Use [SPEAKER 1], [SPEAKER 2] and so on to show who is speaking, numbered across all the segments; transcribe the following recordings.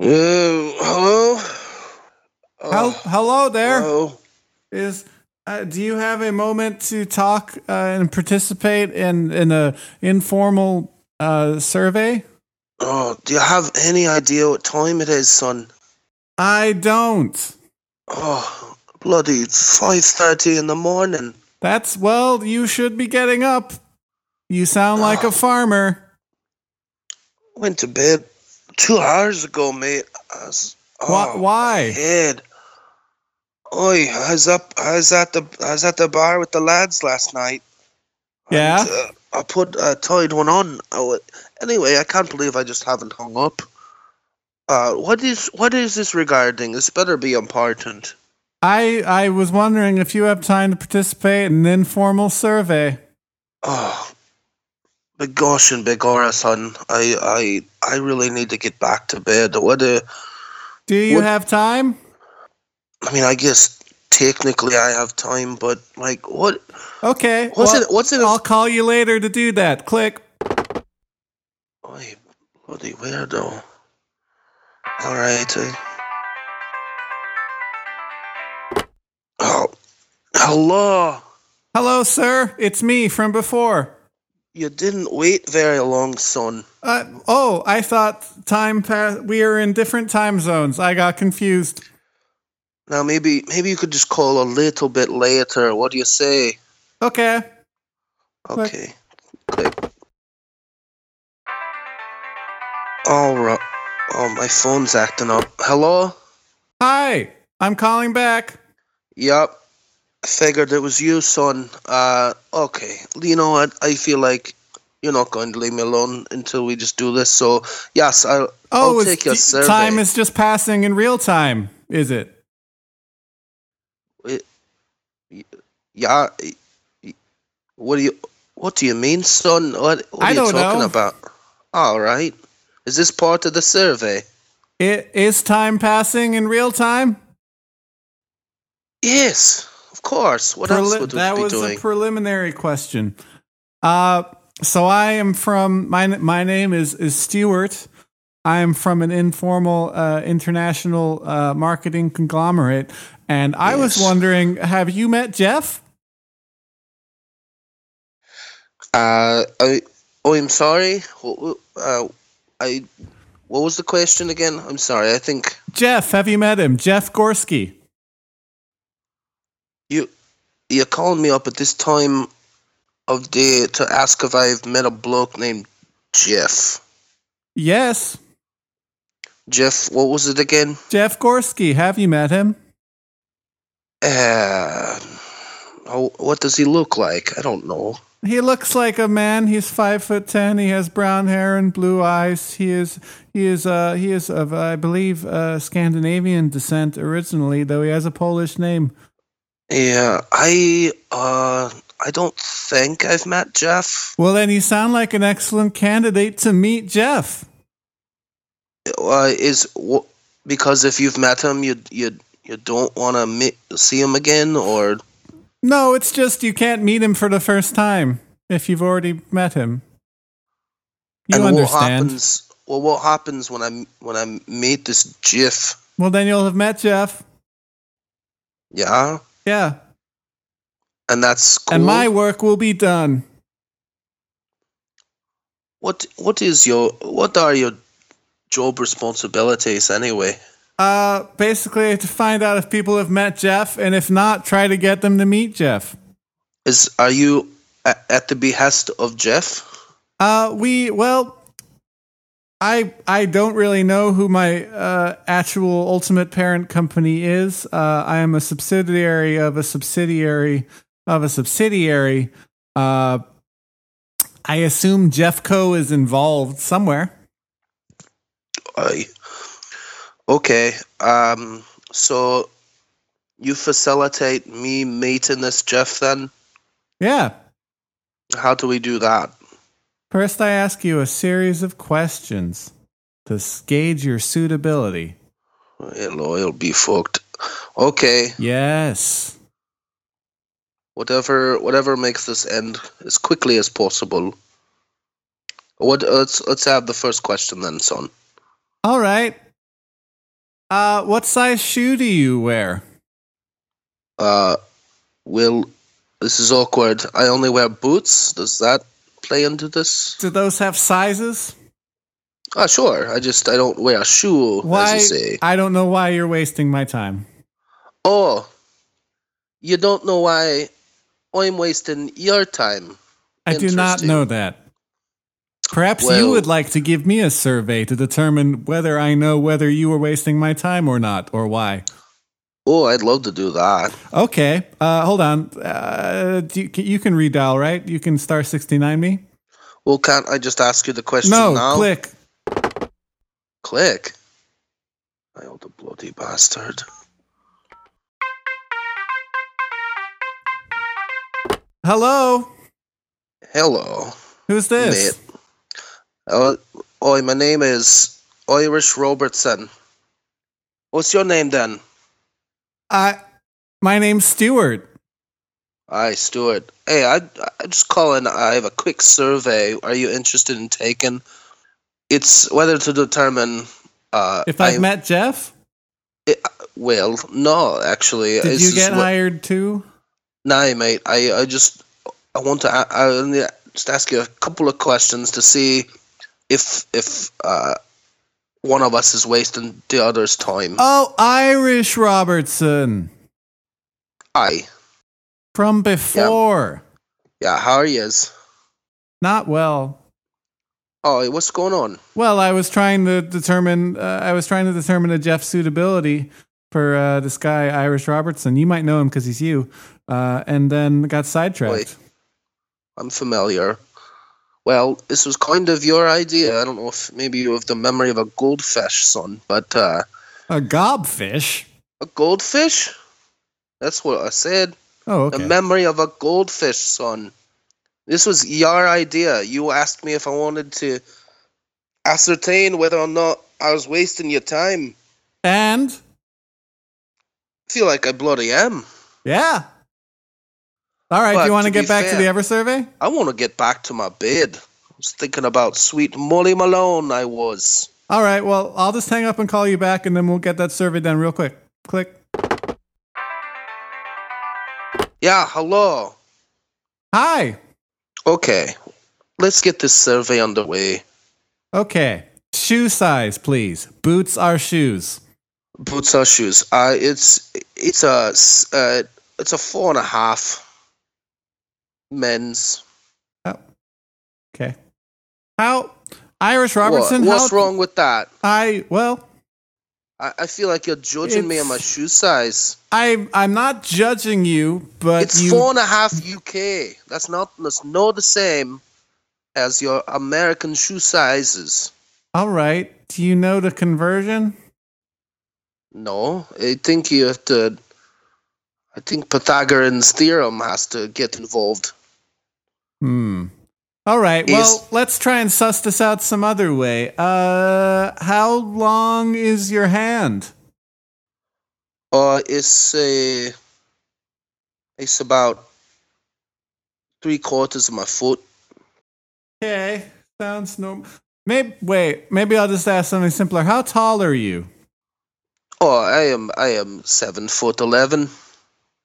[SPEAKER 1] Uh, hello? Oh,
[SPEAKER 2] Hel- hello there. Is
[SPEAKER 1] hello?
[SPEAKER 2] uh, do you have a moment to talk uh, and participate in in a informal uh, survey?
[SPEAKER 1] Oh, do you have any idea what time it is, son?
[SPEAKER 2] I don't.
[SPEAKER 1] Oh, bloody 5.30 in the morning.
[SPEAKER 2] That's well. You should be getting up. You sound like
[SPEAKER 1] Oh.
[SPEAKER 2] a farmer.
[SPEAKER 1] Went to bed two hours ago, mate. I was,
[SPEAKER 2] Why?
[SPEAKER 1] oh,
[SPEAKER 2] Why?
[SPEAKER 1] head. Oi, I was up. I was at the. I was at the bar with the lads last night.
[SPEAKER 2] Yeah.
[SPEAKER 1] And, uh, I put I tied one on. I wa- anyway, I can't believe I just haven't hung up. Uh, what is what is this regarding? This better be important.
[SPEAKER 2] I I was wondering if you have time to participate in an informal survey.
[SPEAKER 1] Oh, but gosh and begorra, son. I I I really need to get back to bed. What a,
[SPEAKER 2] Do you
[SPEAKER 1] What-
[SPEAKER 2] have time?
[SPEAKER 1] I mean, I guess technically I have time, but like, what
[SPEAKER 2] Okay.
[SPEAKER 1] what's
[SPEAKER 2] well,
[SPEAKER 1] it what's it?
[SPEAKER 2] I'll call you later to do that. Click.
[SPEAKER 1] Oi, bloody weirdo. All right. I... Oh, hello.
[SPEAKER 2] Hello, sir. It's me from before.
[SPEAKER 1] You didn't wait very long, son.
[SPEAKER 2] Uh, oh, I thought time pass. We are in different time zones. I got confused.
[SPEAKER 1] Now maybe maybe you could just call a little bit later. What do you say?
[SPEAKER 2] Okay.
[SPEAKER 1] Okay. Click. All right. Oh, my phone's acting up. Hello.
[SPEAKER 2] Hi. I'm calling back.
[SPEAKER 1] Yep. I figured it was you, son. Uh, okay. You know what? I feel like you're not going to leave me alone until we just do this. So, yes, I'll,
[SPEAKER 2] Oh,
[SPEAKER 1] I'll
[SPEAKER 2] it's-
[SPEAKER 1] take your survey.
[SPEAKER 2] time is just passing in real time, is it?
[SPEAKER 1] yeah. y- y- What do you What do you mean, son? What What are
[SPEAKER 2] I
[SPEAKER 1] you
[SPEAKER 2] don't
[SPEAKER 1] talking
[SPEAKER 2] know.
[SPEAKER 1] about? All right. Is this part of the survey?
[SPEAKER 2] It is time passing in real time.
[SPEAKER 1] Yes, of course. What else
[SPEAKER 2] Preli-
[SPEAKER 1] would
[SPEAKER 2] that
[SPEAKER 1] we be
[SPEAKER 2] was
[SPEAKER 1] doing?
[SPEAKER 2] a preliminary question. Uh, so I am from my my name is is Stewart. I am from an informal uh, international uh, marketing conglomerate, and I was
[SPEAKER 1] Yes.
[SPEAKER 2] wondering, have you met Jeff?
[SPEAKER 1] uh, I. Oh, I'm sorry. Wh- wh- Uh, I. What was the question again? I'm sorry. I think.
[SPEAKER 2] Jeff, have you met him? Jeff Gorski.
[SPEAKER 1] You you calling me up at this time of day to ask if I've met a bloke named Jeff.
[SPEAKER 2] Yes,
[SPEAKER 1] Jeff, what was it again?
[SPEAKER 2] Jeff Gorski. Have you met him?
[SPEAKER 1] Uh, oh, what does he look like? I don't know.
[SPEAKER 2] He looks like a man. He's five foot ten. He has brown hair and blue eyes. He is he is uh he is of I believe uh, Scandinavian descent originally, though he has a Polish name.
[SPEAKER 1] Yeah, I uh I don't think I've met Jeff.
[SPEAKER 2] Well, then you sound like an excellent candidate to meet Jeff.
[SPEAKER 1] Uh, is wh- because if you've met him, you you you don't want to meet, see him again, or
[SPEAKER 2] No, it's just you can't meet him for the first time if you've already met him. You
[SPEAKER 1] and what
[SPEAKER 2] understand?
[SPEAKER 1] happens? Well, what happens when I when I meet this Jeff?
[SPEAKER 2] well, then you'll have met Jeff.
[SPEAKER 1] Yeah,
[SPEAKER 2] Yeah,
[SPEAKER 1] and that's cool.
[SPEAKER 2] and my work will be done.
[SPEAKER 1] What what is your what are your job responsibilities anyway?
[SPEAKER 2] Uh, basically, to find out if people have met Jeff, and if not, try to get them to meet Jeff.
[SPEAKER 1] Is are you a, at the behest of Jeff?
[SPEAKER 2] Uh, we well, I I don't really know who my uh, actual ultimate parent company is. Uh, I am a subsidiary of a subsidiary of a subsidiary. Uh, I assume Jeffco is involved somewhere.
[SPEAKER 1] I okay. Um, so you facilitate me meeting this Jeff then?
[SPEAKER 2] Yeah.
[SPEAKER 1] How do we do that?
[SPEAKER 2] First, I ask you a series of questions to gauge your suitability.
[SPEAKER 1] It'll, it'll be fucked. Okay,
[SPEAKER 2] Yes.
[SPEAKER 1] whatever whatever makes this end as quickly as possible. What let's let's have the first question then, son.
[SPEAKER 2] All right. Uh, what size shoe do you wear?
[SPEAKER 1] Uh, will this is awkward. I only wear boots. Does that play into this?
[SPEAKER 2] Do those have sizes?
[SPEAKER 1] Ah, sure. I just I don't wear a shoe,
[SPEAKER 2] Why?
[SPEAKER 1] as you say.
[SPEAKER 2] I don't know why you're wasting my time.
[SPEAKER 1] Oh, you don't know why I'm wasting your time.
[SPEAKER 2] I do not
[SPEAKER 1] Interesting.
[SPEAKER 2] know that. Perhaps you
[SPEAKER 1] Well-
[SPEAKER 2] would like to give me a survey to determine whether I know whether you were wasting my time or not, or why.
[SPEAKER 1] Oh, I'd love to do that.
[SPEAKER 2] Okay, uh, hold on. Uh, do you, you can redial, right? You can star sixty nine me.
[SPEAKER 1] Well, can't I just ask you the question
[SPEAKER 2] No,
[SPEAKER 1] now?
[SPEAKER 2] click.
[SPEAKER 1] Click. I old bloody bastard.
[SPEAKER 2] Hello,
[SPEAKER 1] Hello,
[SPEAKER 2] who's this?
[SPEAKER 1] mate. Oh, oi, my name is Irish Robertson. What's your name then?
[SPEAKER 2] I, my name's Stuart.
[SPEAKER 1] Aye, Stuart. Hey, I I just calling. I have a quick survey. Are you interested in taking? It's whether to determine. Uh,
[SPEAKER 2] If I've
[SPEAKER 1] I-
[SPEAKER 2] met Jeff,
[SPEAKER 1] well, no, actually,
[SPEAKER 2] did
[SPEAKER 1] it's
[SPEAKER 2] you
[SPEAKER 1] just
[SPEAKER 2] get
[SPEAKER 1] what-
[SPEAKER 2] hired too?
[SPEAKER 1] Nah, mate. I, I just I want to a- I only just ask you a couple of questions to see if if uh, one of us is wasting the other's time.
[SPEAKER 2] Oh, Irish Robertson
[SPEAKER 1] Aye,
[SPEAKER 2] from before.
[SPEAKER 1] yeah. How are yous?
[SPEAKER 2] Not well.
[SPEAKER 1] Oh, what's going on?
[SPEAKER 2] Well, I was trying to determine. Uh, I was trying to determine a Jeff's suitability for uh, this guy Irish Robertson. You might know him because he's you. Uh, and then got sidetracked.
[SPEAKER 1] Wait. I'm familiar. Well, this was kind of your idea. I don't know if maybe you have the memory of a goldfish, son, but uh,
[SPEAKER 2] A gobfish.
[SPEAKER 1] a goldfish? That's what I said.
[SPEAKER 2] Oh,
[SPEAKER 1] The
[SPEAKER 2] okay.
[SPEAKER 1] memory of a goldfish, son. This was your idea. You asked me if I wanted to ascertain whether or not I was wasting your time.
[SPEAKER 2] and
[SPEAKER 1] I feel like I bloody am.
[SPEAKER 2] yeah. All right.
[SPEAKER 1] But
[SPEAKER 2] do you want to
[SPEAKER 1] to
[SPEAKER 2] get
[SPEAKER 1] be
[SPEAKER 2] back to
[SPEAKER 1] fair-
[SPEAKER 2] the Ever survey?
[SPEAKER 1] I want to get back to my bed. I was thinking about sweet Molly Malone, I was.
[SPEAKER 2] All right. Well, I'll just hang up and call you back, and then we'll get that survey done real quick. Click.
[SPEAKER 1] Yeah, hello.
[SPEAKER 2] Hi.
[SPEAKER 1] Okay, let's get this survey underway.
[SPEAKER 2] Okay. Shoe size, please. Boots are shoes.
[SPEAKER 1] Boots or shoes? Uh, it's it's a s- uh, it's a four and a half. Men's.
[SPEAKER 2] Okay. How? Irish
[SPEAKER 1] What-
[SPEAKER 2] Robertson.
[SPEAKER 1] what's
[SPEAKER 2] how,
[SPEAKER 1] wrong with that?
[SPEAKER 2] I well,
[SPEAKER 1] I, I feel like you're judging me on my
[SPEAKER 2] It's-
[SPEAKER 1] shoe size.
[SPEAKER 2] I I'm not judging you, but
[SPEAKER 1] It's
[SPEAKER 2] you
[SPEAKER 1] four and a half UK. That's not that's not the same as your American shoe sizes.
[SPEAKER 2] all right. Do you know the conversion?
[SPEAKER 1] No, I think you have to. I think Pythagorean's theorem has to get involved.
[SPEAKER 2] Hmm. All right.
[SPEAKER 1] Is-
[SPEAKER 2] well, let's try and suss this out some other way. Uh, how long is your hand?
[SPEAKER 1] Uh, it's uh, it's about three quarters of my foot.
[SPEAKER 2] Okay, sounds normal. Maybe wait. Maybe I'll just ask something simpler. How tall are you?
[SPEAKER 1] Oh, I am I am seven foot eleven.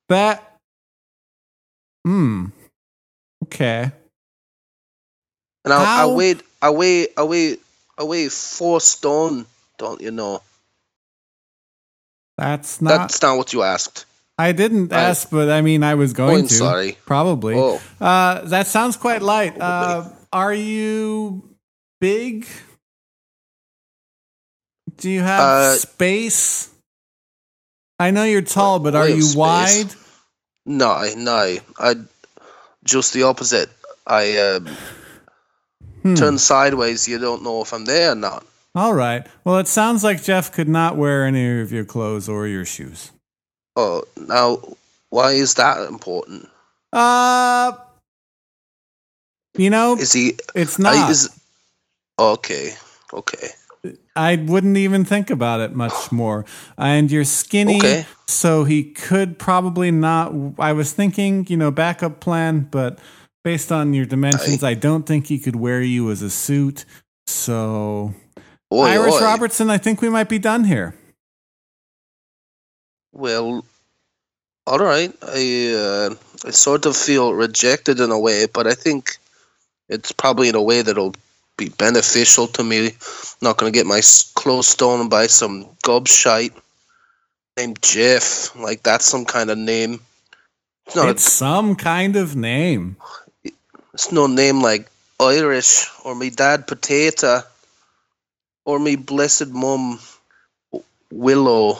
[SPEAKER 2] That. Hmm. Okay.
[SPEAKER 1] And I, I
[SPEAKER 2] How-
[SPEAKER 1] weighed I weigh I weigh I weigh four stone, don't you know?
[SPEAKER 2] That's not.
[SPEAKER 1] That's not what you asked.
[SPEAKER 2] I didn't
[SPEAKER 1] I-
[SPEAKER 2] ask, but I mean, I was
[SPEAKER 1] Oh,
[SPEAKER 2] going
[SPEAKER 1] I'm
[SPEAKER 2] to.
[SPEAKER 1] sorry.
[SPEAKER 2] Probably.
[SPEAKER 1] Oh,
[SPEAKER 2] Uh, that sounds quite light. Uh, are you big? Do you have
[SPEAKER 1] Uh,
[SPEAKER 2] space? I know you're tall, but
[SPEAKER 1] I
[SPEAKER 2] are
[SPEAKER 1] have
[SPEAKER 2] you
[SPEAKER 1] space.
[SPEAKER 2] wide?
[SPEAKER 1] no, no. I just the opposite. I um,
[SPEAKER 2] Hmm.
[SPEAKER 1] turn sideways. You don't know if I'm there or not.
[SPEAKER 2] All right. Well, it sounds like Jeff could not wear any of your clothes or your shoes.
[SPEAKER 1] Oh, now why is that important?
[SPEAKER 2] Uh, you know,
[SPEAKER 1] Is he?
[SPEAKER 2] it's
[SPEAKER 1] I-
[SPEAKER 2] not.
[SPEAKER 1] is okay, okay,
[SPEAKER 2] I wouldn't even think about it much more. And you're skinny,
[SPEAKER 1] Okay.
[SPEAKER 2] so he could probably not. I was thinking, you know, backup plan, but based on your dimensions, I, don't think he could wear you as a suit. So,
[SPEAKER 1] Oi,
[SPEAKER 2] Irish
[SPEAKER 1] oi.
[SPEAKER 2] Robertson, I think we might be done here.
[SPEAKER 1] Well, all right. I uh, I sort of feel rejected in a way, but I think it's probably in a way that'll be beneficial to me. not gonna get my s- clothes stolen by some gobshite named Jeff. Like that's some kind of name. It's not.
[SPEAKER 2] it's some kind of name.
[SPEAKER 1] a, it's no name like Irish or me dad potato or me blessed mum Willow.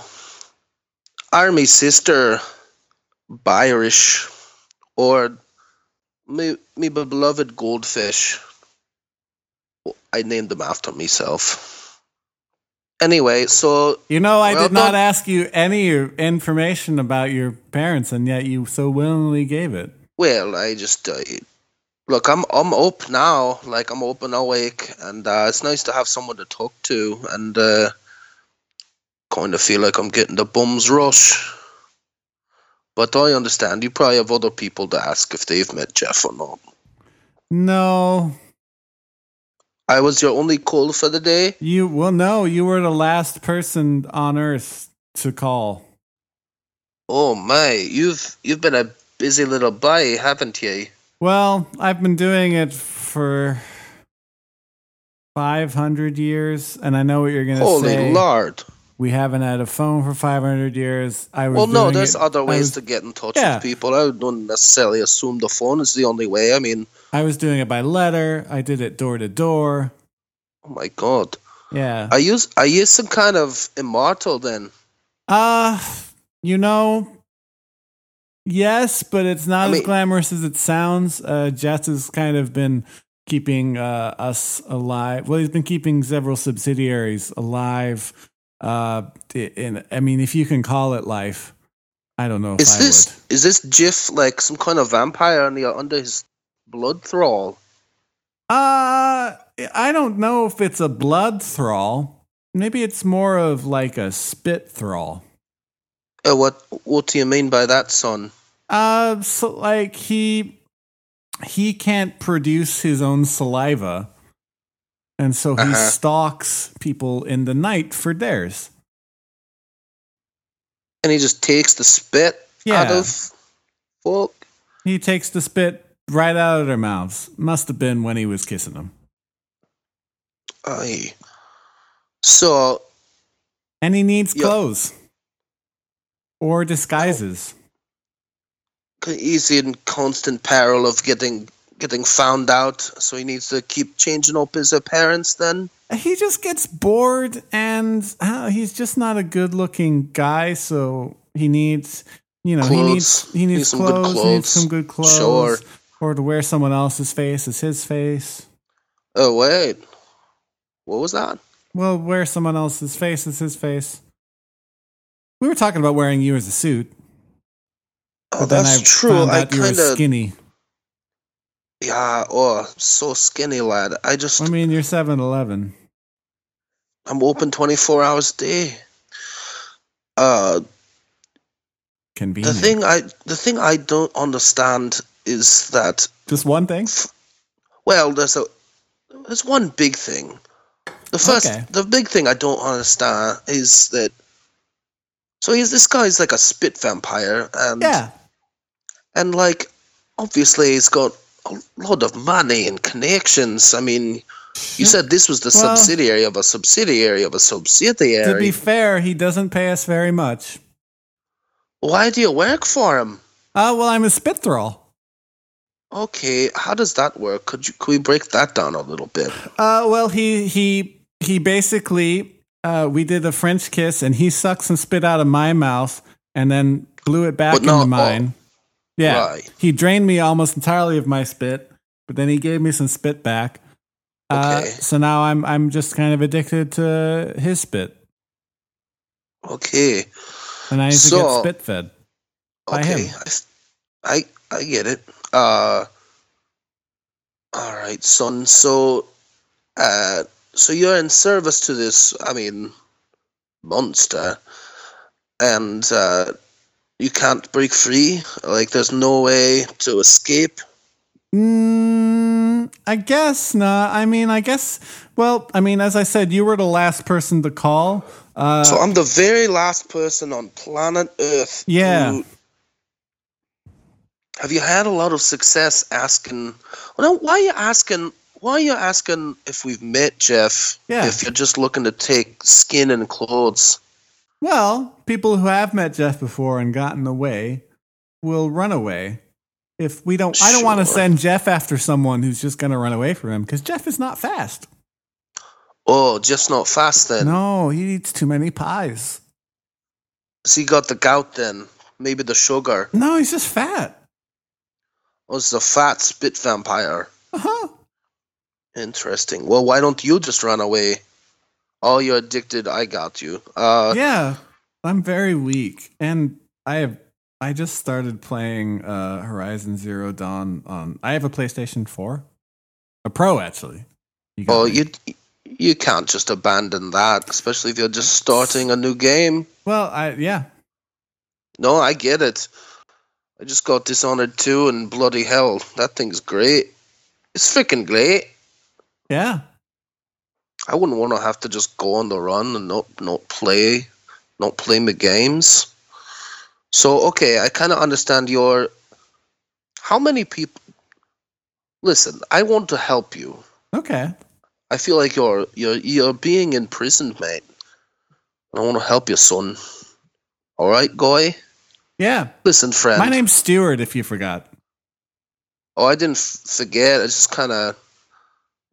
[SPEAKER 1] Or me sister Byrish or me me beloved goldfish. I named them after myself. Anyway, so
[SPEAKER 2] You know, I
[SPEAKER 1] Well,
[SPEAKER 2] did not
[SPEAKER 1] don't-
[SPEAKER 2] ask you any information about your parents, and yet you so willingly gave it.
[SPEAKER 1] Well, I just uh, look. I'm I'm up now. Like I'm up and awake, and uh, it's nice to have someone to talk to. And uh, kind of feel like I'm getting the bums rush. But I understand you probably have other people to ask if they've met Jeff or not.
[SPEAKER 2] No,
[SPEAKER 1] I was your only call for the day.
[SPEAKER 2] you well, no, you were the last person on Earth to call.
[SPEAKER 1] Oh my, you've you've been a busy little boy, haven't you?
[SPEAKER 2] Well, I've been doing it for five hundred years, and I know what you're going to
[SPEAKER 1] Holy
[SPEAKER 2] say.
[SPEAKER 1] lord!
[SPEAKER 2] We haven't had a phone for five hundred years. I was
[SPEAKER 1] Well, no,
[SPEAKER 2] doing
[SPEAKER 1] there's
[SPEAKER 2] it-
[SPEAKER 1] other
[SPEAKER 2] I was
[SPEAKER 1] ways to get in touch
[SPEAKER 2] Yeah.
[SPEAKER 1] with people. I don't necessarily assume the phone is the only way. I mean,
[SPEAKER 2] I was doing it by letter. I did it door to door.
[SPEAKER 1] oh my god.
[SPEAKER 2] Yeah.
[SPEAKER 1] Are you are you some kind of immortal then?
[SPEAKER 2] Uh, you know, yes, but it's not
[SPEAKER 1] I
[SPEAKER 2] as
[SPEAKER 1] mean-
[SPEAKER 2] glamorous as it sounds. Uh, Jess has kind of been keeping uh, us alive. Well, he's been keeping several subsidiaries alive. Uh, in I mean, if you can call it life, I don't know if
[SPEAKER 1] Is
[SPEAKER 2] I
[SPEAKER 1] this
[SPEAKER 2] would.
[SPEAKER 1] is this Jiff like some kind of vampire and you're under his blood thrall?
[SPEAKER 2] Uh, I don't know if it's a blood thrall. Maybe it's more of like a spit thrall.
[SPEAKER 1] Uh, what what do you mean by that, son?
[SPEAKER 2] Uh, so like he he can't produce his own saliva, and so he
[SPEAKER 1] Uh-huh.
[SPEAKER 2] stalks people in the night for theirs.
[SPEAKER 1] And he just takes the spit out
[SPEAKER 2] Yeah,
[SPEAKER 1] of fuck.
[SPEAKER 2] he takes the spit right out of their mouths. Must have been when he was kissing them,
[SPEAKER 1] Aye. So
[SPEAKER 2] and he needs
[SPEAKER 1] Yeah.
[SPEAKER 2] clothes or disguises.
[SPEAKER 1] c- he's in constant peril of getting getting found out. So he needs to keep changing up his appearance. Then
[SPEAKER 2] He just gets bored, and uh, he's just not a good-looking guy. So he needs, you know, he
[SPEAKER 1] Clothes.
[SPEAKER 2] needs he needs
[SPEAKER 1] Needs some good
[SPEAKER 2] clothes, He needs
[SPEAKER 1] clothes.
[SPEAKER 2] some good clothes,
[SPEAKER 1] Sure.
[SPEAKER 2] or to wear someone else's face as his face.
[SPEAKER 1] oh wait, what was that?
[SPEAKER 2] Well, wear someone else's face as his face. We were talking about wearing you as a suit,
[SPEAKER 1] Oh,
[SPEAKER 2] but
[SPEAKER 1] that's
[SPEAKER 2] then I
[SPEAKER 1] true.
[SPEAKER 2] found
[SPEAKER 1] I
[SPEAKER 2] out you were
[SPEAKER 1] kind of
[SPEAKER 2] skinny.
[SPEAKER 1] Yeah, oh, so skinny, lad. I just,
[SPEAKER 2] I mean, you're seven eleven.
[SPEAKER 1] I'm open 24 hours a day. Uh, the
[SPEAKER 2] Convenient.
[SPEAKER 1] thing I, the thing I don't understand is that,
[SPEAKER 2] just one thing.
[SPEAKER 1] well, there's a, there's one big thing. The first,
[SPEAKER 2] Okay.
[SPEAKER 1] the big thing I don't understand is that, so he's, this guy's like a spit vampire, and,
[SPEAKER 2] Yeah.
[SPEAKER 1] and like, obviously he's got a lot of money and connections. I mean, you said this was the
[SPEAKER 2] Well-
[SPEAKER 1] subsidiary of a subsidiary of a subsidiary.
[SPEAKER 2] To be fair, he doesn't pay us very much.
[SPEAKER 1] Why do you work for him?
[SPEAKER 2] Oh well, I'm a spit thrall.
[SPEAKER 1] Okay, how does that work? Could you could we break that down a little bit?
[SPEAKER 2] Uh, well, he he he basically uh, we did a French kiss, and he sucked some spit out of my mouth, and then blew it back
[SPEAKER 1] But not
[SPEAKER 2] into mine. yeah,
[SPEAKER 1] Right.
[SPEAKER 2] he drained me almost entirely of my spit, but then he gave me some spit back. Uh,
[SPEAKER 1] Okay.
[SPEAKER 2] so now I'm I'm just kind of addicted to his spit,
[SPEAKER 1] Okay.
[SPEAKER 2] and I need to get
[SPEAKER 1] So-
[SPEAKER 2] spit fed. By
[SPEAKER 1] Okay.
[SPEAKER 2] him.
[SPEAKER 1] I, I I get it. Uh All right, son. So uh so you're in service to this, I mean, monster and uh you can't break free. Like there's no way to escape.
[SPEAKER 2] Mm, Mm, I guess not. I mean, I guess. Well, I mean, as I said, you were the last person to call. Uh,
[SPEAKER 1] so I'm the very last person on planet Earth.
[SPEAKER 2] Yeah.
[SPEAKER 1] who- have you had a lot of success asking? Well, now, why are you asking? Why are you asking if we've met, Jeff?
[SPEAKER 2] Yeah.
[SPEAKER 1] If you're just looking to take skin and clothes.
[SPEAKER 2] well, people who have met Jeff before and gotten away will run away. If we don't, I don't want to
[SPEAKER 1] Sure.
[SPEAKER 2] send Jeff after someone who's just going to run away from him because Jeff is not fast.
[SPEAKER 1] Oh, just not fast then.
[SPEAKER 2] No, he eats too many pies.
[SPEAKER 1] So you got the gout then. Maybe the sugar.
[SPEAKER 2] No, he's just fat.
[SPEAKER 1] Or it's a fat spit vampire.
[SPEAKER 2] Uh huh.
[SPEAKER 1] Interesting. Well, why don't you just run away? Oh, you're addicted. I got you. Uh,
[SPEAKER 2] yeah i'm very weak and i have i just started playing uh horizon zero dawn on i have a playstation 4 a pro actually You got
[SPEAKER 1] Oh,
[SPEAKER 2] me.
[SPEAKER 1] you you can't just abandon that, especially if you're just starting a new game.
[SPEAKER 2] well i yeah
[SPEAKER 1] No, I get it. I just got Dishonored 2 and bloody hell, that thing's great. It's freaking great.
[SPEAKER 2] yeah
[SPEAKER 1] I wouldn't want to have to just go on the run and not not play, not play my games. So okay, I kind of understand your. How many people? Listen, I want to help you.
[SPEAKER 2] okay
[SPEAKER 1] I feel like you're you're you're being imprisoned, mate. I want to help you, son. All right, guy.
[SPEAKER 2] yeah
[SPEAKER 1] Listen, friend.
[SPEAKER 2] my name's Stewart. if you forgot
[SPEAKER 1] oh, I didn't f- forget. I just kind of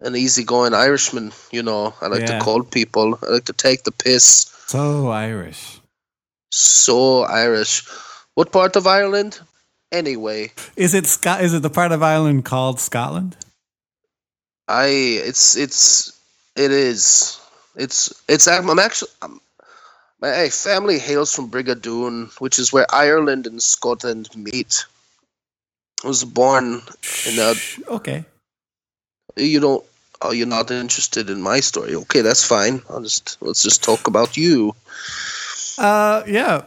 [SPEAKER 1] an easygoing Irishman, you know. I like
[SPEAKER 2] Yeah.
[SPEAKER 1] to call people. I like to take the piss.
[SPEAKER 2] so irish
[SPEAKER 1] So Irish. What part of Ireland? Anyway,
[SPEAKER 2] is it Scot- is it the part of ireland called scotland
[SPEAKER 1] I it's it's it is it's it's I'm, I'm actually I'm, my eh, family hails from Brigadoon, which is where Ireland and Scotland meet. I was born. In the-
[SPEAKER 2] Shh, okay
[SPEAKER 1] You don't. Oh, you're not interested in my story. Okay, that's fine. I'll just let's just talk about you
[SPEAKER 2] uh yeah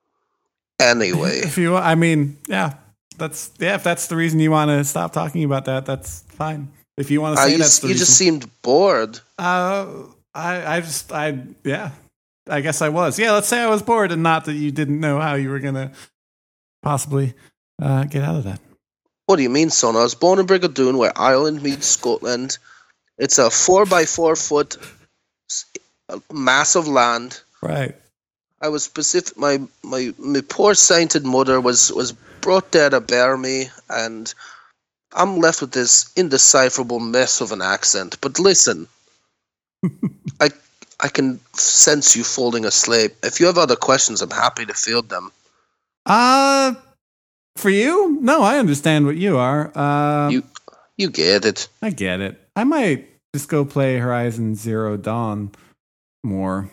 [SPEAKER 1] anyway.
[SPEAKER 2] if you i mean yeah that's yeah if that's the reason you want to stop talking about that that's fine if you want to
[SPEAKER 1] I
[SPEAKER 2] say
[SPEAKER 1] you,
[SPEAKER 2] that's
[SPEAKER 1] s-
[SPEAKER 2] the
[SPEAKER 1] you
[SPEAKER 2] reason.
[SPEAKER 1] just seemed bored.
[SPEAKER 2] Uh, I, I just, I, yeah, I guess I was. Yeah, let's say I was bored, and not that you didn't know how you were gonna possibly uh, get out of that.
[SPEAKER 1] What do you mean, son? I was born in Brigadoon, where Ireland meets Scotland. It's a four by four foot s- uh, mass of land.
[SPEAKER 2] Right.
[SPEAKER 1] I was specific. My my my poor sainted mother was was brought there to bear me, and I'm left with this indecipherable mess of an accent. But listen, I I can sense you falling asleep. If you have other questions, I'm happy to field them.
[SPEAKER 2] Uh, for you? No, I understand what you are. Uh,
[SPEAKER 1] You- You get it.
[SPEAKER 2] I get it. I might just go play Horizon Zero Dawn more.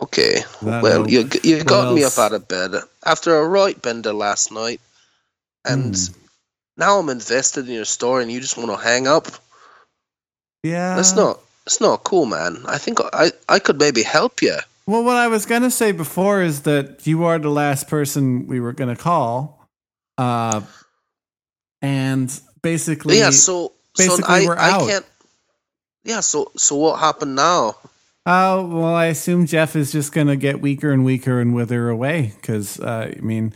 [SPEAKER 1] Okay.
[SPEAKER 2] That
[SPEAKER 1] Well,
[SPEAKER 2] will-
[SPEAKER 1] you g- you
[SPEAKER 2] what
[SPEAKER 1] got me
[SPEAKER 2] else?
[SPEAKER 1] up out of bed after a right bender last night, and
[SPEAKER 2] Hmm.
[SPEAKER 1] now I'm invested in your story, and you just want to hang up.
[SPEAKER 2] yeah,
[SPEAKER 1] That's not that's not cool, man. I think I I could maybe help you.
[SPEAKER 2] Well, what I was going to say before is that you are the last person we were going to call. Uh, and basically,
[SPEAKER 1] yeah. So so I
[SPEAKER 2] basically we're
[SPEAKER 1] I
[SPEAKER 2] out.
[SPEAKER 1] can't. Yeah. So so what happened now?
[SPEAKER 2] uh, well, I assume Jeff is just going to get weaker and weaker and wither away because, uh, I mean,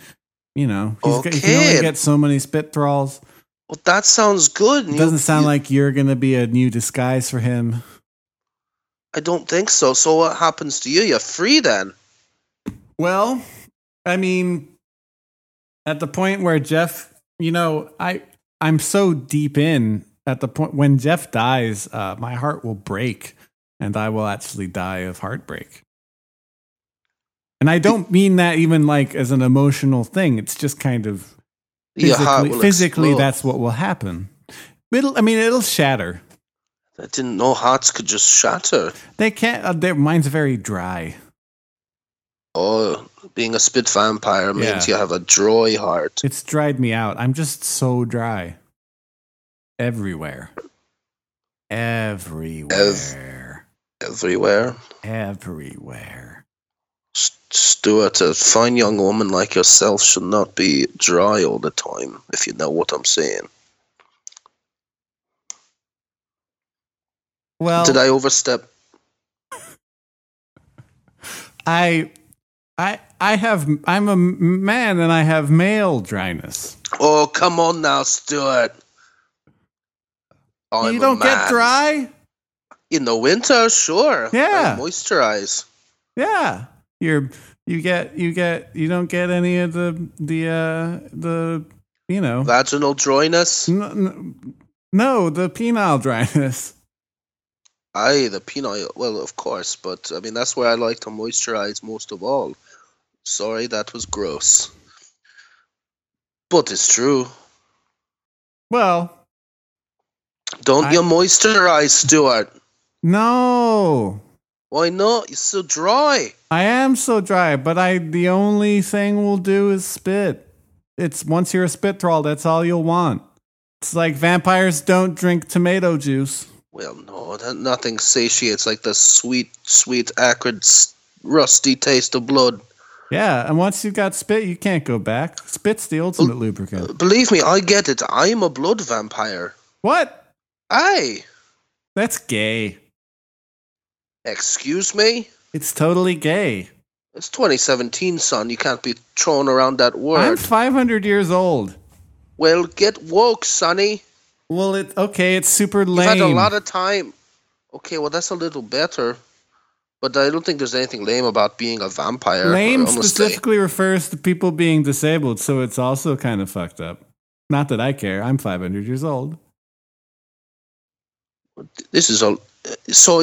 [SPEAKER 2] you know, he's g- he can only
[SPEAKER 1] Okay.
[SPEAKER 2] get so many spit thralls.
[SPEAKER 1] Well, that sounds good.
[SPEAKER 2] It doesn't sound like you're going to be a new disguise for him.
[SPEAKER 1] I don't think so. So what happens to you? You're free then.
[SPEAKER 2] Well, I mean, at the point where Jeff, you know, I I'm so deep in at the point when Jeff dies, uh, my heart will break, and I will actually die of heartbreak. And I don't mean that even like as an emotional thing. It's just kind of
[SPEAKER 1] Your heart
[SPEAKER 2] physically,
[SPEAKER 1] will
[SPEAKER 2] physically
[SPEAKER 1] explode.
[SPEAKER 2] that's what will happen. It'll, I mean, it'll shatter.
[SPEAKER 1] I didn't know hearts could just shatter.
[SPEAKER 2] They can't. Uh, their mind's very dry.
[SPEAKER 1] Oh, being a spit vampire means
[SPEAKER 2] Yeah.
[SPEAKER 1] you have a dry heart.
[SPEAKER 2] It's dried me out. I'm just so dry. Everywhere. Everywhere.
[SPEAKER 1] Everywhere.
[SPEAKER 2] Everywhere.
[SPEAKER 1] S- Stuart, a fine young woman like yourself should not be dry all the time, if you know what I'm saying.
[SPEAKER 2] Well,
[SPEAKER 1] Did I overstep?
[SPEAKER 2] I, I, I have. I'm a man, and I have male dryness.
[SPEAKER 1] Oh, come on now, Stuart. I'm
[SPEAKER 2] you
[SPEAKER 1] a
[SPEAKER 2] don't get
[SPEAKER 1] man.
[SPEAKER 2] dry.
[SPEAKER 1] in the winter. Sure,
[SPEAKER 2] Yeah.
[SPEAKER 1] I moisturize.
[SPEAKER 2] Yeah, you're. You get. You get. You don't get any of the the uh the you know
[SPEAKER 1] Vaginal dryness.
[SPEAKER 2] n- n- no the penile dryness.
[SPEAKER 1] Aye, the peanut oil. Well, of course, but I mean that's where I like to moisturize most of all. Sorry, that was gross, but it's true.
[SPEAKER 2] Well,
[SPEAKER 1] Don't
[SPEAKER 2] I-
[SPEAKER 1] you moisturize, Stuart?
[SPEAKER 2] no,
[SPEAKER 1] Why not? You're so dry.
[SPEAKER 2] I am so dry, but I the only thing we'll do is spit. It's once you're a spit thrall, that's all you'll want. It's like vampires don't drink tomato juice.
[SPEAKER 1] Well, no, that, nothing satiates like the sweet, sweet, acrid, s- rusty taste of blood.
[SPEAKER 2] Yeah, and once you've got spit, you can't go back. Spit's the ultimate lubricant.
[SPEAKER 1] Believe me, I get it. I'm a blood vampire.
[SPEAKER 2] What?
[SPEAKER 1] Aye.
[SPEAKER 2] That's gay.
[SPEAKER 1] Excuse me?
[SPEAKER 2] It's totally gay.
[SPEAKER 1] It's 2017, son. You can't be throwing around that
[SPEAKER 2] I'm
[SPEAKER 1] word.
[SPEAKER 2] 500 years old.
[SPEAKER 1] well, get woke, sonny.
[SPEAKER 2] Well, it okay. It's super
[SPEAKER 1] You've
[SPEAKER 2] lame.
[SPEAKER 1] had a lot of time. Okay, well, that's a little better. But I don't think there's anything lame about being a vampire.
[SPEAKER 2] lame
[SPEAKER 1] honestly.
[SPEAKER 2] specifically refers to people being disabled, so it's also kind of fucked up. Not that I care. I'm 500 years old.
[SPEAKER 1] This is all. So,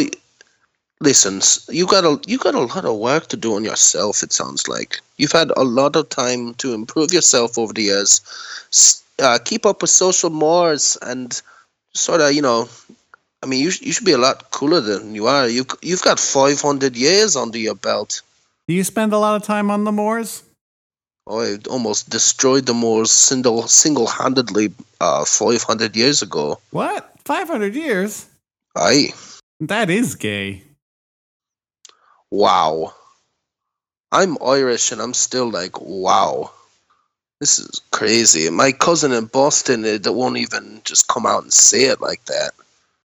[SPEAKER 1] listen, s- you got a you got a lot of work to do on yourself. It sounds like you've had a lot of time to improve yourself over the years. S- Uh, keep up with social mores and sort of, you know. I mean, you sh- you should be a lot cooler than you are. You c- you've got five hundred years under your belt.
[SPEAKER 2] Do you spend a lot of time on the moors?
[SPEAKER 1] Oh, I almost destroyed the Moors single single handedly uh, five hundred years ago.
[SPEAKER 2] What? 500 years?
[SPEAKER 1] Aye,
[SPEAKER 2] That is gay.
[SPEAKER 1] wow. I'm Irish and I'm still like wow. This is crazy. My cousin in Boston eh, that won't even just come out and say it like that,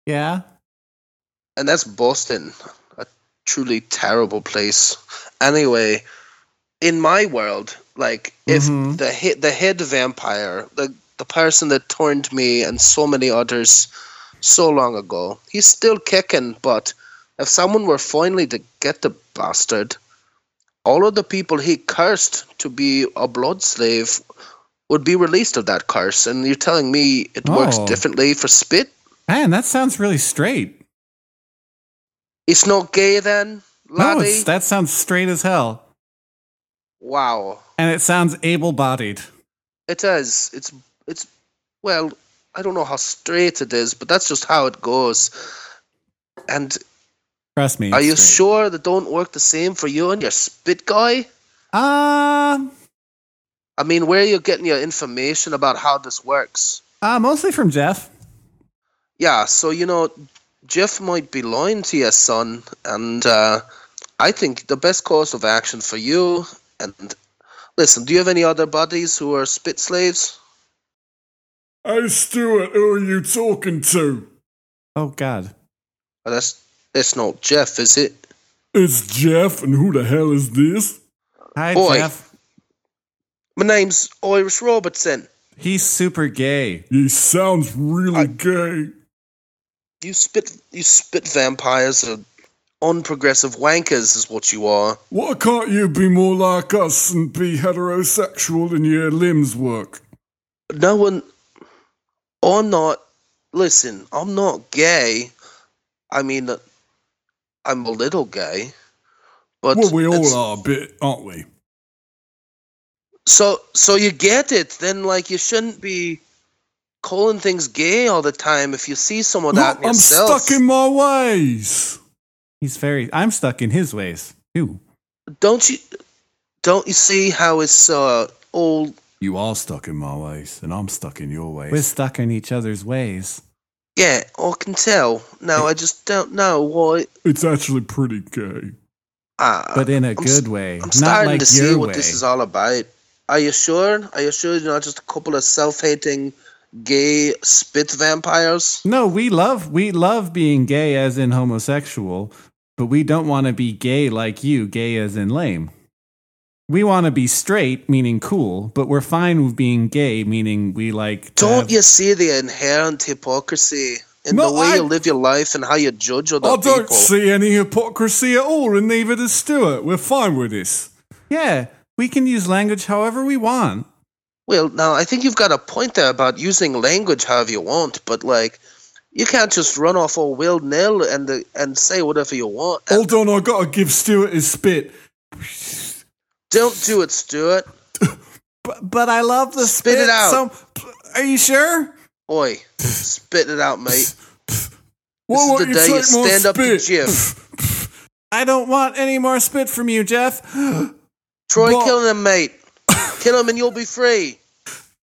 [SPEAKER 2] Yeah.
[SPEAKER 1] and that's Boston, a truly terrible place. Anyway, in my world, like if
[SPEAKER 2] Mhm.
[SPEAKER 1] the he- the head vampire, the the person that turned me and so many others so long ago, he's still kicking. But if someone were finally to get the bastard, all of the people he cursed to be a blood slave would be released of that curse. And you're telling me it works
[SPEAKER 2] Oh.
[SPEAKER 1] differently for spit?
[SPEAKER 2] Man, that sounds really straight.
[SPEAKER 1] It's not gay then,
[SPEAKER 2] No,
[SPEAKER 1] laddie.
[SPEAKER 2] it's, that sounds straight as hell.
[SPEAKER 1] wow.
[SPEAKER 2] And it sounds able bodied.
[SPEAKER 1] It is. It's it's well, I don't know how straight it is, but that's just how it goes. And
[SPEAKER 2] Trust me.
[SPEAKER 1] are
[SPEAKER 2] it's
[SPEAKER 1] you
[SPEAKER 2] straight.
[SPEAKER 1] sure they don't work the same for you and your spit guy?
[SPEAKER 2] Uh,
[SPEAKER 1] I mean, where are you getting your information about how this works?
[SPEAKER 2] uh, mostly from Jeff.
[SPEAKER 1] Yeah, so you know, Jeff might be lying to your son, and uh, I think the best course of action for you. And listen, do you have any other buddies who are spit slaves?
[SPEAKER 2] Hey, Stuart, who are you talking to? Oh, God.
[SPEAKER 1] Oh, that's that's not Jeff, is it?
[SPEAKER 2] It's Jeff, and who the hell is this? Hi,
[SPEAKER 1] Oi.
[SPEAKER 2] Jeff.
[SPEAKER 1] My name's Irish Robertson.
[SPEAKER 2] He's super gay.
[SPEAKER 3] He sounds really gay.
[SPEAKER 1] You spit, you spit vampires are unprogressive wankers, is what you are.
[SPEAKER 3] Why can't you be more like us and be heterosexual in your limbs work?
[SPEAKER 1] No one. I'm not. Listen, I'm not gay. I mean, I'm a little gay, but
[SPEAKER 3] well, we
[SPEAKER 1] it's-
[SPEAKER 3] all are a bit, aren't we?
[SPEAKER 1] So, so you get it? Then, like, you shouldn't be calling things gay all the time. If you see some of that
[SPEAKER 3] Look,
[SPEAKER 1] in
[SPEAKER 3] I'm
[SPEAKER 1] yourself,
[SPEAKER 3] stuck in my ways.
[SPEAKER 2] He's very. I'm stuck in his ways, too.
[SPEAKER 1] don't you? Don't you see how it's uh, all
[SPEAKER 3] You are stuck in my ways, and I'm stuck in your ways.
[SPEAKER 2] We're stuck in each other's ways.
[SPEAKER 1] Yeah, I can tell. Now I just don't know why.
[SPEAKER 3] it's actually pretty gay.
[SPEAKER 1] Ah,
[SPEAKER 2] but in a
[SPEAKER 1] I'm s-
[SPEAKER 2] good way.
[SPEAKER 1] I'm
[SPEAKER 2] not
[SPEAKER 1] starting
[SPEAKER 2] like
[SPEAKER 1] to see
[SPEAKER 2] your
[SPEAKER 1] what
[SPEAKER 2] way.
[SPEAKER 1] this is all about. Are you sure? Are you sure you're not just a couple of self-hating gay spit vampires?
[SPEAKER 2] No, we love we love being gay as in homosexual, but we don't want to be gay like you, gay as in lame. We want to be straight, meaning cool, but we're fine with being gay, meaning we like. to
[SPEAKER 1] Don't
[SPEAKER 2] have-
[SPEAKER 1] you see the inherent hypocrisy in
[SPEAKER 2] No,
[SPEAKER 1] the way
[SPEAKER 2] I-
[SPEAKER 1] you live your life and how you judge other
[SPEAKER 3] I
[SPEAKER 1] people?
[SPEAKER 3] don't see any hypocrisy at all, and neither does Stuart. We're fine with this.
[SPEAKER 2] Yeah, we can use language however we want.
[SPEAKER 1] Well, now I think you've got a point there about using language however you want, but like you can't just run off all will nil and the, and say whatever you want. And
[SPEAKER 3] Hold on, I gotta give Stuart his spit.
[SPEAKER 1] don't do it, Stuart.
[SPEAKER 2] But, but I love the
[SPEAKER 1] Spit it out.
[SPEAKER 2] So, are you sure?
[SPEAKER 1] Oi, spit it out, mate.
[SPEAKER 3] Why
[SPEAKER 1] This
[SPEAKER 3] won't
[SPEAKER 1] is the day you
[SPEAKER 3] take my
[SPEAKER 1] stand up to
[SPEAKER 3] spit?
[SPEAKER 1] Jeff.
[SPEAKER 2] I don't want any more spit from you, Jeff.
[SPEAKER 1] Troy,
[SPEAKER 3] Well-
[SPEAKER 1] kill him, mate. Kill him and you'll be free.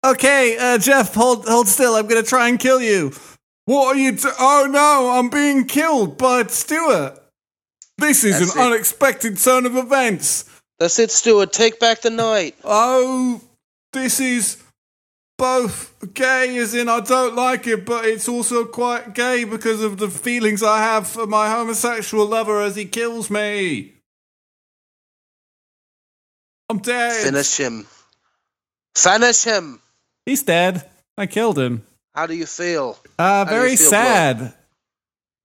[SPEAKER 2] Okay, uh, Jeff, hold hold still. I'm gonna try and kill you.
[SPEAKER 3] What are you? Do- oh no, I'm being killed by Stuart. This is
[SPEAKER 1] That's
[SPEAKER 3] an
[SPEAKER 1] it.
[SPEAKER 3] unexpected turn of events.
[SPEAKER 1] That's it, Stuart. Take back the night.
[SPEAKER 3] Oh, this is both gay, as in I don't like it, but it's also quite gay because of the feelings I have for my homosexual lover as he kills me. I'm dead.
[SPEAKER 1] Finish him. Finish him.
[SPEAKER 2] He's dead. I killed him.
[SPEAKER 1] How do you feel?
[SPEAKER 2] Uh,
[SPEAKER 1] do you
[SPEAKER 2] very
[SPEAKER 1] feel,
[SPEAKER 2] sad.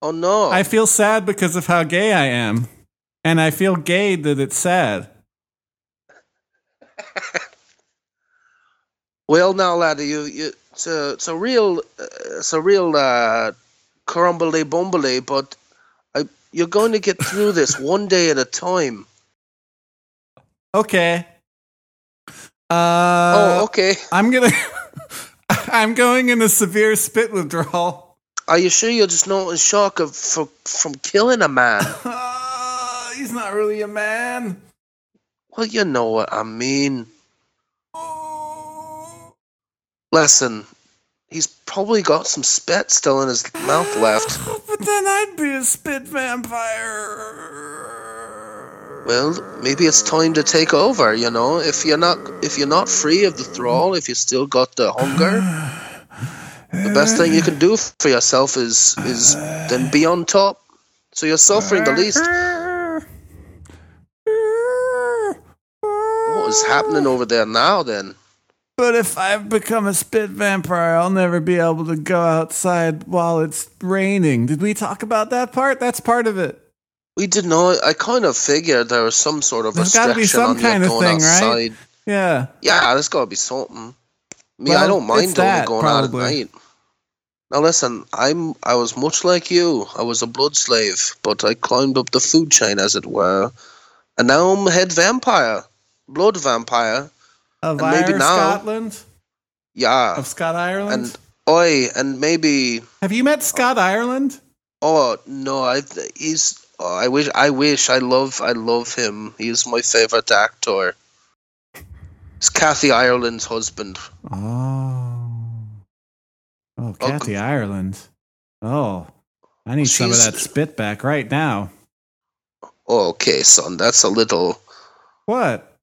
[SPEAKER 1] Oh no.
[SPEAKER 2] I feel sad because of how gay I am, and I feel gay that it's sad.
[SPEAKER 1] Well, now, laddie, you, you, it's a, it's a real, uh, it's a real uh, crumbly bumbly, but I, you're going to get through this one day at a time.
[SPEAKER 2] Okay. Uh,
[SPEAKER 1] oh, okay.
[SPEAKER 2] I'm gonna. I'm going into severe spit withdrawal.
[SPEAKER 1] Are you sure you're just not in shock of for, from killing a man?
[SPEAKER 2] Ah, he's not really a man.
[SPEAKER 1] well, you know what I mean.
[SPEAKER 2] Oh.
[SPEAKER 1] Listen, he's probably got some spit still in his mouth left.
[SPEAKER 2] But then I'd be a spit vampire.
[SPEAKER 1] Well, maybe it's time to take over. You know, if you're not, if you're not free of the thrall, if you still got the hunger. The best thing you can do for yourself is is then be on top. So you're suffering the least. What is happening over there now? Then
[SPEAKER 2] But if I become a spit vampire, I'll never be able to go outside while it's raining. Did we talk about that part? That's part of it.
[SPEAKER 1] we did not. I kind of figured there was some sort of
[SPEAKER 2] There's gotta be
[SPEAKER 1] restriction on
[SPEAKER 2] some
[SPEAKER 1] you
[SPEAKER 2] kind of
[SPEAKER 1] going
[SPEAKER 2] thing, right?
[SPEAKER 1] outside.
[SPEAKER 2] Yeah.
[SPEAKER 1] Yeah, there's got to be something. Me, I
[SPEAKER 2] Well,
[SPEAKER 1] don't mind
[SPEAKER 2] it's
[SPEAKER 1] only
[SPEAKER 2] that,
[SPEAKER 1] going
[SPEAKER 2] probably.
[SPEAKER 1] out at night. Now listen, I'm I was much like you. I was a blood slave, but I climbed up the food chain, as it were, and now I'm head vampire, blood vampire.
[SPEAKER 2] Of
[SPEAKER 1] And maybe
[SPEAKER 2] Ire,
[SPEAKER 1] now-
[SPEAKER 2] Scotland?
[SPEAKER 1] Yeah,
[SPEAKER 2] Of Scott Ireland?
[SPEAKER 1] and oi, and maybe
[SPEAKER 2] Have you met Scott Ireland?
[SPEAKER 1] Oh no, I he's. Oh, I wish. I wish. I love. I love him. He's my favorite actor. It's Kathy Ireland's husband.
[SPEAKER 2] Oh. Oh, Kathy Ireland. Oh. I need some of
[SPEAKER 1] she's-
[SPEAKER 2] that spit back right now.
[SPEAKER 1] Oh, okay, son. That's a little.
[SPEAKER 2] What?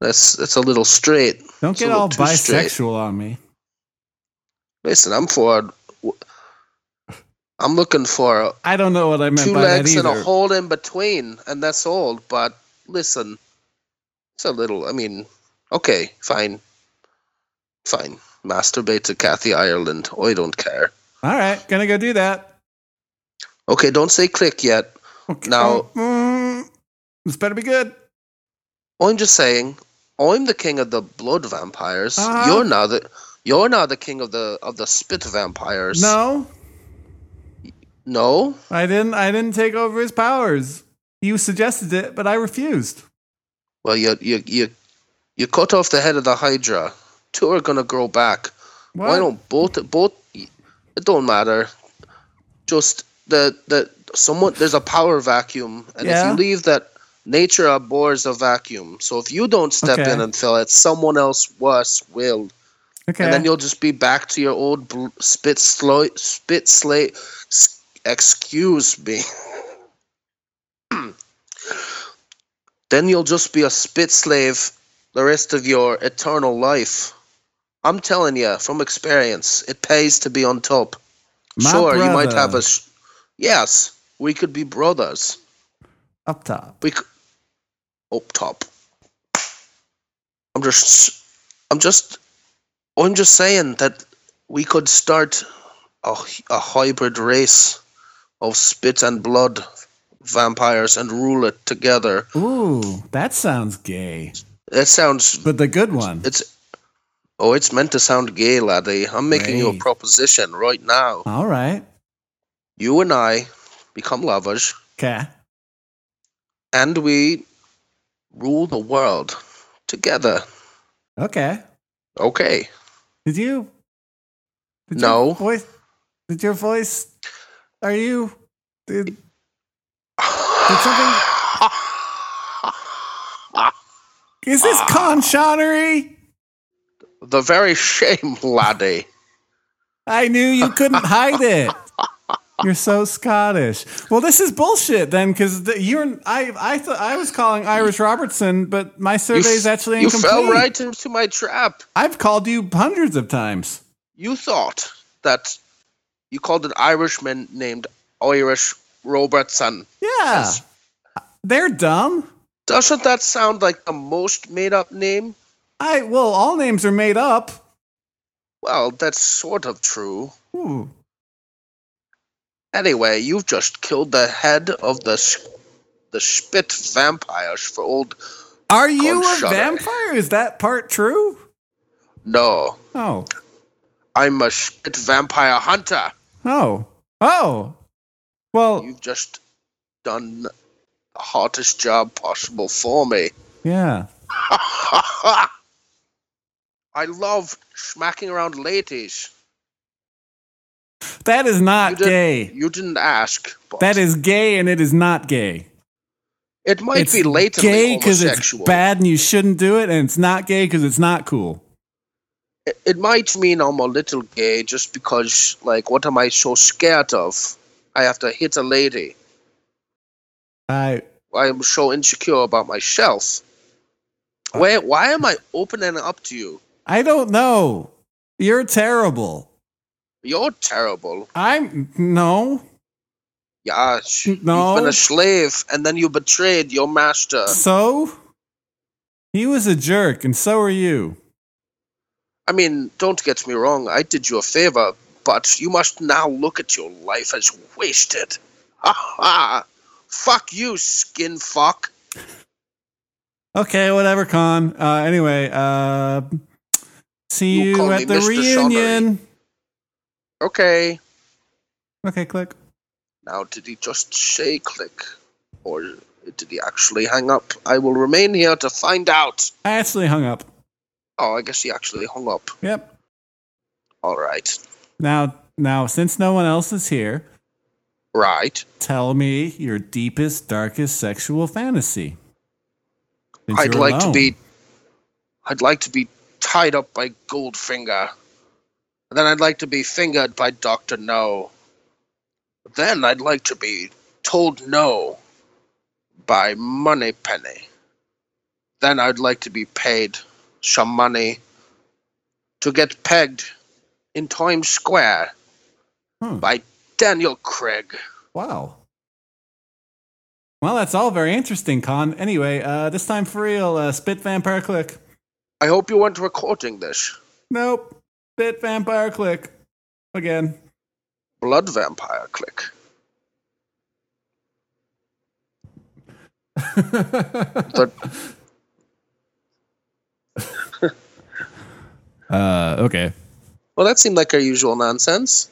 [SPEAKER 1] That's that's a little straight.
[SPEAKER 2] Don't
[SPEAKER 1] It's a
[SPEAKER 2] get
[SPEAKER 1] little
[SPEAKER 2] all
[SPEAKER 1] too
[SPEAKER 2] bisexual
[SPEAKER 1] straight.
[SPEAKER 2] on me.
[SPEAKER 1] Listen, I'm for. I'm looking for
[SPEAKER 2] I don't know what I meant
[SPEAKER 1] two
[SPEAKER 2] by
[SPEAKER 1] legs
[SPEAKER 2] that
[SPEAKER 1] and
[SPEAKER 2] either.
[SPEAKER 1] a hole in between, and that's all. But listen, it's a little. I mean, okay, fine, fine. Masturbate to Kathy Ireland. I don't care.
[SPEAKER 2] All right, gonna go do that.
[SPEAKER 1] Okay, don't say click yet.
[SPEAKER 2] Okay.
[SPEAKER 1] Now-
[SPEAKER 2] Mm, this better be good.
[SPEAKER 1] I'm just saying, I'm the king of the blood vampires.
[SPEAKER 2] Uh-huh.
[SPEAKER 1] You're now the you're now the king of the of the spit vampires.
[SPEAKER 2] No,
[SPEAKER 1] no.
[SPEAKER 2] I didn't. I didn't take over his powers. You suggested it, but I refused.
[SPEAKER 1] Well, you you you you cut off the head of the Hydra. Two are gonna grow back.
[SPEAKER 2] What?
[SPEAKER 1] Why don't both both? It don't matter. Just the the someone there's a power vacuum, and if
[SPEAKER 2] Yeah.
[SPEAKER 1] you leave that, nature abhors a vacuum. So if you don't step
[SPEAKER 2] Okay.
[SPEAKER 1] in and fill it, someone else worse will.
[SPEAKER 2] okay.
[SPEAKER 1] and then you'll just be back to your old bl- spit slo- spit slate. S- excuse me. then you'll just be a spit slave the rest of your eternal life. I'm telling you from experience, it pays to be on top.
[SPEAKER 2] My
[SPEAKER 1] sure, you might
[SPEAKER 2] brother.
[SPEAKER 1] have a. Sh- yes, we could be brothers.
[SPEAKER 2] Up top.
[SPEAKER 1] We c- up top. I'm just, I'm just, I'm just saying that we could start a, a hybrid race of spit and blood vampires and rule it together.
[SPEAKER 2] Ooh, that sounds gay.
[SPEAKER 1] That sounds,
[SPEAKER 2] But the good one.
[SPEAKER 1] it's, oh, it's meant to sound gay, laddie. I'm making you a
[SPEAKER 2] Great.
[SPEAKER 1] proposition right now.
[SPEAKER 2] All right.
[SPEAKER 1] You and I become lovers
[SPEAKER 2] Okay.
[SPEAKER 1] and we rule the world together.
[SPEAKER 2] Okay.
[SPEAKER 1] Okay.
[SPEAKER 2] Did you? Did
[SPEAKER 1] No.
[SPEAKER 2] Your voice, did your voice? Are you? Did, did something? Is
[SPEAKER 1] Ah.
[SPEAKER 2] this conchonery?
[SPEAKER 1] The very shame, laddie.
[SPEAKER 2] I knew you couldn't hide it. You're so Scottish. Well, this is bullshit then, because th- you're. I I thought I was calling Irish Robertson, but my survey is actually
[SPEAKER 1] you
[SPEAKER 2] incomplete.
[SPEAKER 1] fell right into my trap.
[SPEAKER 2] I've called you hundreds of times.
[SPEAKER 1] You thought that you called an Irishman named Irish Robertson.
[SPEAKER 2] Yeah, they're dumb.
[SPEAKER 1] Doesn't that sound like the most made up name?
[SPEAKER 2] I well, all names are made up.
[SPEAKER 1] Well, that's sort of true.
[SPEAKER 2] Ooh.
[SPEAKER 1] Anyway, you've just killed the head of the sh- the spit vampires for old.
[SPEAKER 2] Are you a
[SPEAKER 1] Conchonery.
[SPEAKER 2] vampire? Is that part true?
[SPEAKER 1] No,
[SPEAKER 2] Oh,
[SPEAKER 1] I'm a spit vampire hunter.
[SPEAKER 2] oh, oh. Well,
[SPEAKER 1] You've just done the hardest job possible for me.
[SPEAKER 2] yeah.
[SPEAKER 1] I love smacking around ladies.
[SPEAKER 2] That is
[SPEAKER 1] You
[SPEAKER 2] not
[SPEAKER 1] did-
[SPEAKER 2] gay.
[SPEAKER 1] You didn't ask. But
[SPEAKER 2] That is gay, and it is not gay.
[SPEAKER 1] It might
[SPEAKER 2] it's
[SPEAKER 1] be latently
[SPEAKER 2] gay because it's
[SPEAKER 1] homosexual.
[SPEAKER 2] bad and you shouldn't do it, and it's not gay because it's not cool.
[SPEAKER 1] It, it might mean I'm a little gay just because, like, what am I so scared of? I have to hit a lady.
[SPEAKER 2] I
[SPEAKER 1] I am so insecure about myself.
[SPEAKER 2] Uh.
[SPEAKER 1] Why, why am I opening up to you?
[SPEAKER 2] I don't know. You're terrible.
[SPEAKER 1] You're terrible.
[SPEAKER 2] I'm no.
[SPEAKER 1] Yash.
[SPEAKER 2] No.
[SPEAKER 1] You've been a slave, and then you betrayed your master.
[SPEAKER 2] So he was a jerk, and so are you.
[SPEAKER 1] I mean, don't get me wrong, I did you a favor, but you must now look at your life as wasted. Ha ha! Fuck you, skin fuck.
[SPEAKER 2] Okay, whatever, Con. Uh, anyway, uh, see
[SPEAKER 1] You
[SPEAKER 2] you,
[SPEAKER 1] call me
[SPEAKER 2] at the
[SPEAKER 1] Mr.
[SPEAKER 2] reunion.
[SPEAKER 1] Okay.
[SPEAKER 2] Okay, click.
[SPEAKER 1] Now, did he just say click? Or did he actually hang up? I will remain here to find out.
[SPEAKER 2] I actually hung up.
[SPEAKER 1] Oh, I guess he actually hung up.
[SPEAKER 2] Yep.
[SPEAKER 1] Alright.
[SPEAKER 2] Now, now, since no one else is here,
[SPEAKER 1] Right.
[SPEAKER 2] tell me your deepest, darkest sexual fantasy. Since
[SPEAKER 1] I'd
[SPEAKER 2] you're
[SPEAKER 1] like to
[SPEAKER 2] alone.
[SPEAKER 1] be. I'd like to be tied up by Goldfinger. And then I'd like to be fingered by Doctor No. Then I'd like to be told no by Moneypenny. Then I'd like to be paid some money to get pegged in Times Square
[SPEAKER 2] Hmm.
[SPEAKER 1] by Daniel Craig.
[SPEAKER 2] Wow. Well, that's all very interesting, Con. Anyway, uh, this time for real, uh, Spit Vampire Click.
[SPEAKER 1] I hope you weren't recording this.
[SPEAKER 2] Nope. Spit Vampire Click. Again.
[SPEAKER 1] Blood vampire click. But
[SPEAKER 2] Uh, okay.
[SPEAKER 1] Well, that seemed like our usual nonsense.